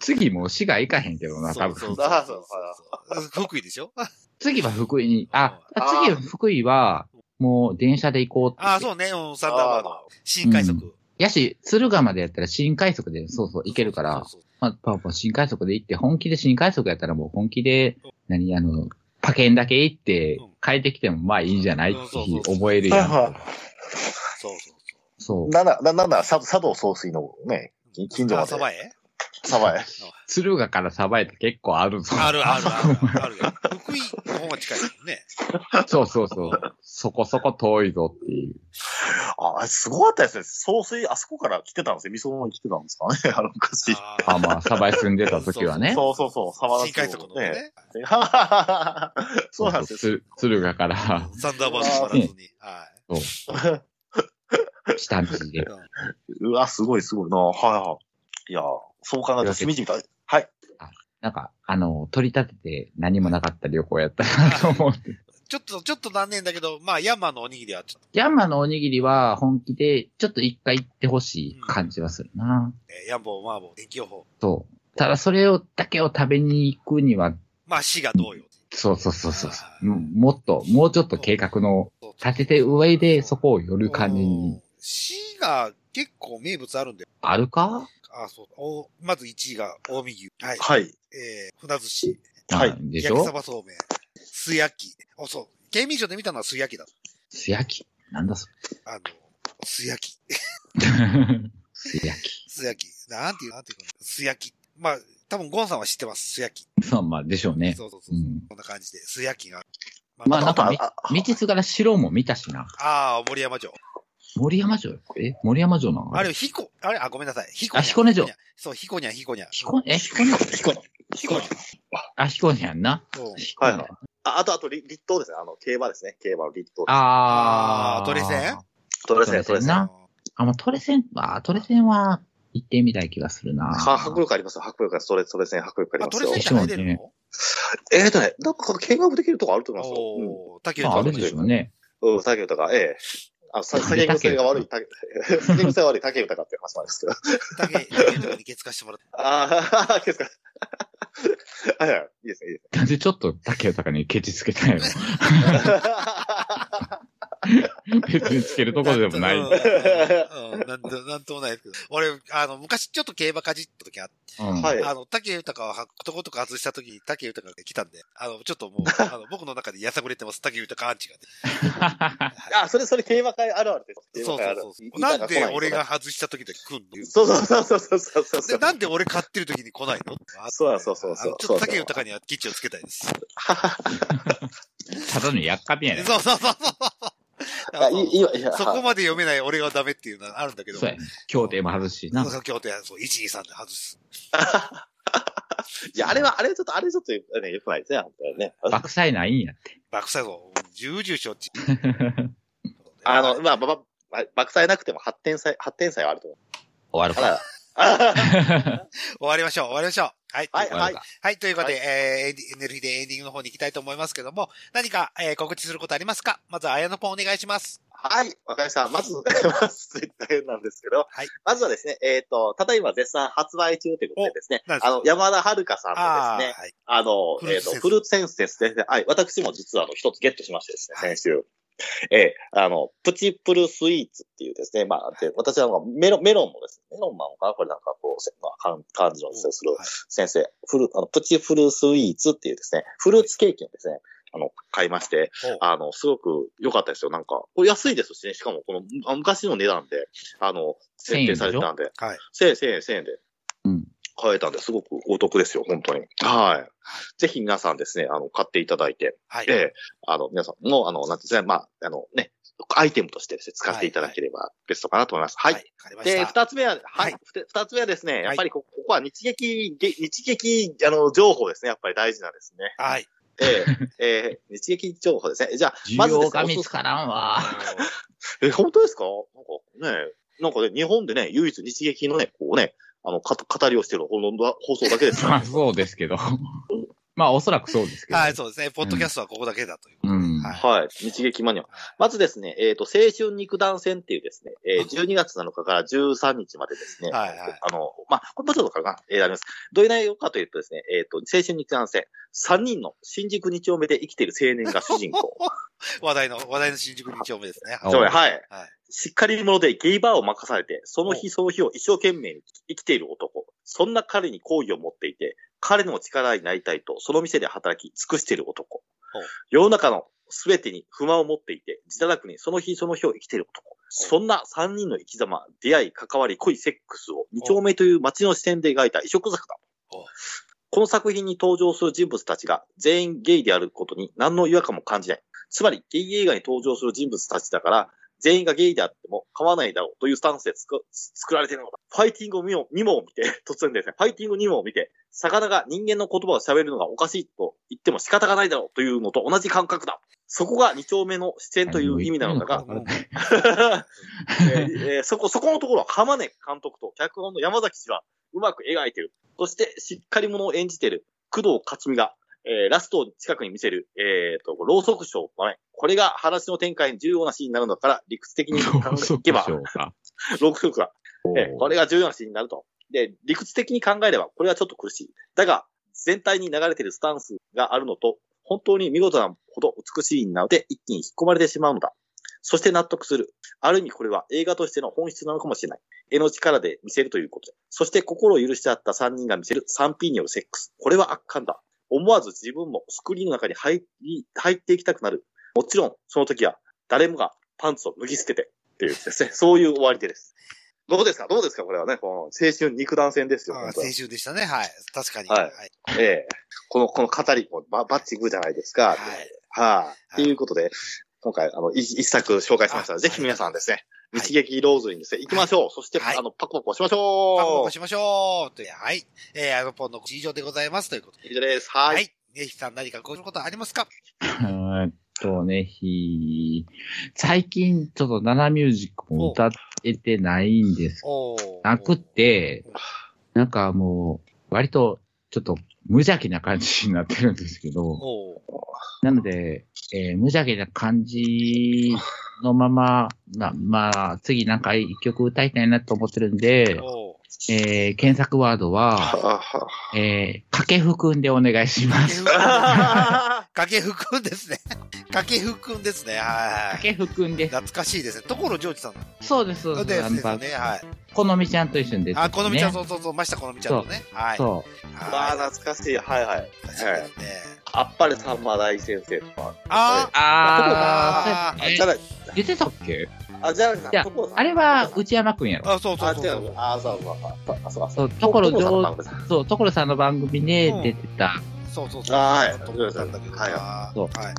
次もう滋賀行かへんけど な、多分。そうそうそうそうそう。福井でしょ次は福井に、あ、あ次は福井は、もう電車で行こうって。ああ、 そうね。うん、サンダーバード。新快速。やし、鶴ヶまでやったら新快速で、そうそう、行けるから、そうそうまあ、パパ新快速で行って、本気で新快速やったらもう本気で、何、あの、パケンだけ行ってうん、帰ってきてもまあいいんじゃないってそうそうそう思えるやんはいはとい。そうそうそう。そう。なんだ、なんだなんだ、佐佐藤総帥のね、近近所まあで鯖江サバへ。鶴ヶからさばいて結構あるぞ。あるあるあるあるよ。福井の方が近いもんね。 そうそうそう。そこそこ遠いぞっていう。あ、あれすごかったですね。総帥、あそこから来てたんですよ。味噌のに来てたんですかね。あの、昔。あ あ、まあ、サバイ住んでた時はね。そうそうそう、サバ新快速のね。そうなんですよ。つ鶴ヶから、 サンダーバード乗らずに。は下道で。い。うわ、すごいすごいな。はいはい。いや、そう考えるとしみじみと、はい。なんか、あの、取り立てて何もなかった旅行やったなと思って。ちょっと、ちょっと残念だけど、まあ、山のおにぎりはちょっとヤンマのおにぎりは本気で、ちょっと一回行ってほしい感じはするな。ね、ヤンボー、マーボー、天気予報。そう。ただそれを、だけを食べに行くには、まあ、死がどうよ。そうそうそうそうそう。ももっと、もうちょっと計画のそう立てて上でそこを寄る感じに。。死が結構名物あるんだよ。あるかあ、そう。おまず1位が、近江牛。はい。はい。えー、船寿司。はいあでし焼きょ鯖そうめん。素焼き。お、そう。県民賞で見たのは素焼きだ。素焼き。なんだそあの、素焼き。れ。素焼き。素焼き。なんていう、なんていうかな。素焼き。まあ、多分ゴンさんは知ってます。素焼き。そう、まあ、でしょうね。そうそうそうう。ん。こんな感じで、素焼きが。ままあ、なんあかあとあみ、道すがら城も見たしな。あー、森山城。森山城え森山城なのあれ、彦、あれ、あ、ごめんなさい。彦あ彦根城。そう、彦にゃ、彦にゃ。彦根、え、彦根彦の。彦の。あ、彦根やんな。そう彦根はいああと、あと、立立冬ですね。あの、競馬ですね。競馬の立冬。ああーー。トレセントレセン、トそうレですねセン。なあ、もうトレセン、あー、トレセンは行ってみたい気がするな。は迫力ありますよ。迫力ある。トレ、トレセン、迫力ありあ、まトすレよセン。って入れるのええとね、なんか見学できるとこあると思いますよ。うんおー、竹ま内あ、さあんるでしょうね。うん、竹豊が、ええ。あ、さ酒癖が悪い、竹、酒癖が悪い竹豊っていう話なんですけど。竹竹内さんに月化してもら って。ああ、ですか。はいはい、いいですね、いいですなんでちょっと竹豊にケチつけたん やろ。別につけるところでもない。うん、ううんなんとなんともないですけど。俺、あの、昔ちょっと競馬かじった時あって、んはいあの、竹豊をことごとく外した時に竹豊が来たんで、あの、ちょっともう、あの僕の中でやさぐれてます、竹豊アンチが。ね。あ、それ、それ、競馬会あるあるです。そう競馬会あるあるそうそう。なんで俺が。外した時だけ来んのそうそうそうそうそうそうそで、う。なんで俺買ってる時に来ないのあそうそうそうそうあのちょっと竹豊には基地をつけたいです。ただのやっかみやね。そうそうそうそう。あいいいいわいやそこまで読めない俺はダメっていうのはあるんだけど。そうやね。協定も外すしな。そう京都や、そう、1、2、3で外す。いや、あれは、あれはちょっと、あれはちょっと、ね、よくないですね、本当にね。爆災ないんやって。爆砕ぞ。重々承知。 あの、まあ、ばば、ば爆災なくても発展祭、発展祭はあると思う。終わるたか。だ、あ終わりましょう、終わりましょう。はい。はい、ということはでい。はい、ということで、えーエンディエネルギーでエンディングの方に行きたいと思いますけども、何か、えー告知することありますかまずは、綾野ポンお願いします。はい、わかりました。まず、まず、なんですけど、はいまずはですね、えっ、と、ただいま絶賛発売中ということでですねお何で、すかあの、山田遥さんのですね、はい。あのフ、ルえっ、ーツセンスと、フルーツセンスですね。はい、私も実はあの、一つゲットしましてですね、はい先週。えーあの、プチプルスイーツっていうですね、まあ、で私はあのメロン、メロンもですね、メロンマンかなこれなんかこう、せまあ感感じのするはい先生、フル、あの、プチフルスイーツっていうですね、フルーツケーキをですね、あの、買いましておう、あの、すごく良かったですよ。なんか、これ安いですしね、しかもこのあ昔の値段で、あの、設定されてたんで、はい。 1000円、1000円、1000円でうん。買えたんですごくお得ですよ、本当に。はい。ぜひ皆さんですね、あの、買っていただいて、はい。ええあの、皆さんも、あの、なんていうんですかね、まあ、あのね、アイテムとしてですね、使っていただければベストかなと思います。はい。はい。わかりまで、した。二つ目は、ははいい。ふて二、つ目はですね、やっぱりこここは日劇、げ日劇、あの、情報ですね。やっぱり大事なんですね。はい。ええええ日劇情報ですね。じゃあ、ま需ずで要すねが見つからんわ。え、本当ですかなんかね、なんかね、日本でね、唯一日劇のね、こうね、あの、か語りをしてるほんの放送だけですからまあ、 そうですけど。まあ、おそらくそうですけど。はい、そうですね。ポッドキャストはここだけだという。うんはい。はい。日劇マニア。まずですね、えっ、と、青春肉弾戦っていうですね、えー、12月7日から13日までですね、はいはいあの、まあ、これもちょっとかな、えー、あります。どういう内容かというとですね、えっ、と、青春肉弾戦、3人の新宿2丁目で生きている青年が主人公。 話題の、話題の新宿2丁目ですね。はあいおそうはい。はいしっかり者でゲイバーを任されて、その日その日を一生懸命に生きている男。そんな彼に好意を持っていて、彼の力になりたいと、その店で働き尽くしている男お。世の中の全てに不満を持っていて、自堕落にその日その日を生きている男。そんな3人の生き様、出会い、関わり、恋、セックスを2丁目という街の視点で描いた異色作だお。この作品に登場する人物たちが全員ゲイであることに何の違和感も感じない。つまり、ゲイ映画に登場する人物たちだから、全員がゲイであっても構わないだろうというスタンスでつく作られているのだ。ファイティングを見よ2問を見て、 突然ですね、ファイティング2問を見て、魚が人間の言葉を喋るのがおかしいと言っても仕方がないだろうというのと同じ感覚だ。そこが2丁目の視点という意味なのだが、うん えーえーそこ、そこのところは、浜根監督と脚本の山崎氏は、うまく描いてる。そして、しっかり者を演じてる、工藤克美が、えー、ラストを近くに見せる、えー、と、ろうそくショーの場面。これが話の展開に重要なシーンになるのだから、理屈的に考えていけば、どうでしょうか ろうそくが、えーこれが重要なシーンになると。で、理屈的に考えれば、これはちょっと苦しい。だが、全体に流れてるスタンスがあるのと、本当に見事なほど美しいなので、一気に引っ込まれてしまうのだ。そして納得する。ある意味これは映画としての本質なのかもしれない。絵の力で見せるということで。そして心を許し合った3人が見せる 3P によるセックス。これは圧巻だ。思わず自分もスクリーンの中に入り、入っていきたくなる。もちろん、その時は誰もがパンツを脱ぎ捨てて、っていうですね。そういう終わり手です。どうですかどうですかこれはね、この青春肉弾戦ですよ。あ本あ当青に春でしたね。はい。確かに。はいはい。ええこの、この語り、こうババッチングじゃないですか。はいはい。っていうことで、今回、あの、い一作紹介しましたので、あぜひ皆さんですね、はい一撃ローズにですね、行きましょう。そして、はいあの、パコパコしましパコパょコしましょうというはい。えー、アロポンの告知以上でございますということで。う。以上です。はい。はい。ネヒさん何かこういうことありますかうーんとね、ひ最近、ちょっとナナミュージックも歌えてないんです。おなくってうん、なんかもう、割と、ちょっと無邪気な感じになってるんですけど、おーなので、えー無邪気な感じのまま、なまあ、次なんか一曲歌いたいなと思ってるんで、おえー検索ワードは、ああえー、かけふくんでお願いします。あー。かけふくんですね。 かけふくんですね。はいかはい。けふくんです。懐かしいですね。ところジョージさんのそうです、そうでで。すあすよのね。はい。このみちゃんと一緒に出て、ね。あ、このみちゃん、そうそうそう、ましたこのみちゃんとね。はい。そう。あはあ、懐かしい。はいはい。い。懐かしいですね。あっぱれさんま大先生とか。あああー、あ、えじゃない。出てたっけあ、じゃないいやところさんあれは内山くんやろ。あ、そうそうあ、そう違。そうあ、そうそうそう。あ、そうそ、そうう。ところさん上の番組ですそう、所さんの番組でうん出てた。そう。そうそう。あーはいところさんだけどな。はいそうはい。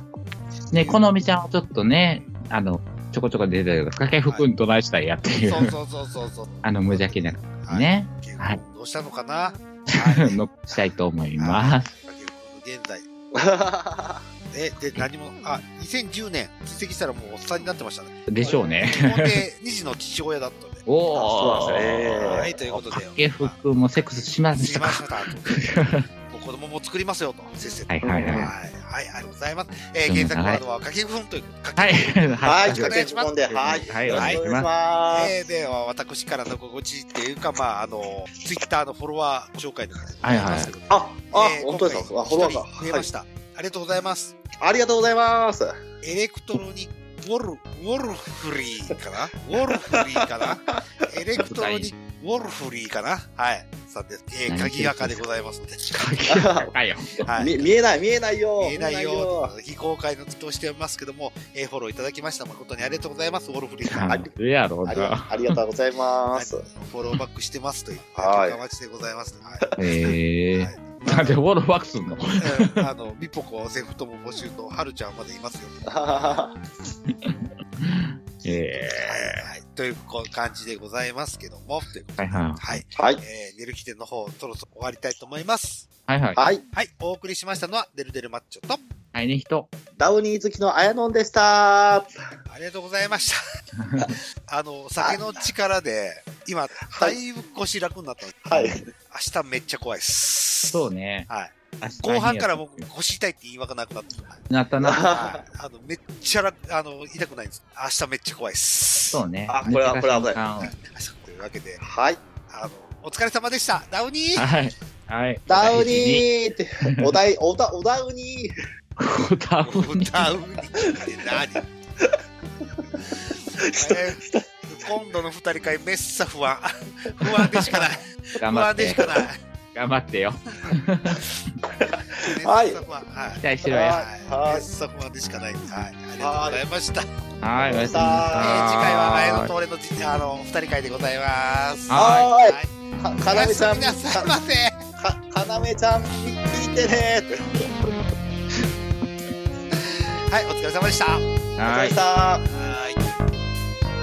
ね、このみちゃんはちょっとね、あの、ちょこちょこ出てたけど、掛布くんとなしたいやっていう、そうそうそうそうそう。 あの無邪気なはい。ね、結はい婚どうしたのかな。はい残したいと思います。だけど現在。は え、で、何も、あ、2010年、出席したらもうおっさんになってましたね。でしょうね。基本で、二児の父親だったんで。おそうなんですねー。はい、ということで。掛布くんもセックスしまあすしいたまかせんと もう子供も作りますよと、せっせと。はいはいはい。はい、はい、ありがとうございます。えー、原作ワードは、かけふんという、かけはい。い。よろしくお掛願いしけます込んで、はい。はいよろしくお願いしおます。えー、では、私からのご知っていうか、まあ、あの、ツイッターのフォロワーご紹介でございますけど、あ、あ、えー本当ですか。今あ、フォロワ回一ーが。人増えました、ありがとうございます。ありがとうございます。エレクトロニック、ウォル、ウォルフリーかなウォルフリーかなエレクトロニック、ウォルフリーかなはい。さんです。えー、鍵垢でございますので。はいよ。はい。み見えない、見えないよ。見えないよ。非公開のツイートをしておりますけども、えーフォローいただきました。誠にありがとうございます。ウォルフリーさん。なんでやろうありがな。ありがとうございます。フォローバックしてますという、はいお待ちでございます。はい。えはー。いなんでウォールワックスんのうんあの、みぽこ、セフトも募集と、はるちゃんまでいますよ。えはい。というこう感じでございますけども、ということー。はいはではい。はい。えー、寝る日店の方、そろそろ終わりたいと思います。い。はいはい。はい。はい。お送りしましたのは、デルデルマッチョと、はいね、人。ダウニー好きのあやのんでした。ありがとうございました。あ の、酒の力で、今、だいぶ腰楽になったんですはい。明日めっちゃ怖いです。そうね。はい。明日後半から僕腰痛いって言い訳なくなった。なったな。はいあの、めっちゃ楽、あの、痛くないんです。明日めっちゃ怖いです。そうね。あこれはこれは危ないは明日というわけで、はい。あの、お疲れ様でした。ダウニーはい。はい。ダウニーーって、おだい、おだ、おダウニー。ダウニーダウニーって何えー今度の二人会めっさ不安。不安でしかない。頑不張っ。安でしてかない。頑張ってよ。はいめっさ不安はい期待してるわよ。はい。めっさ不安でしかない。はい。ありがとうございました。はい。おえーやすみなさい。次回は前の通れのじあの二人会でございます。ははーい。かおなやめすちゃん、みなさいかませ。かなめちゃん、聞いてねーって。はい、お疲れ様でした。はお疲はれ様いでし。た。い。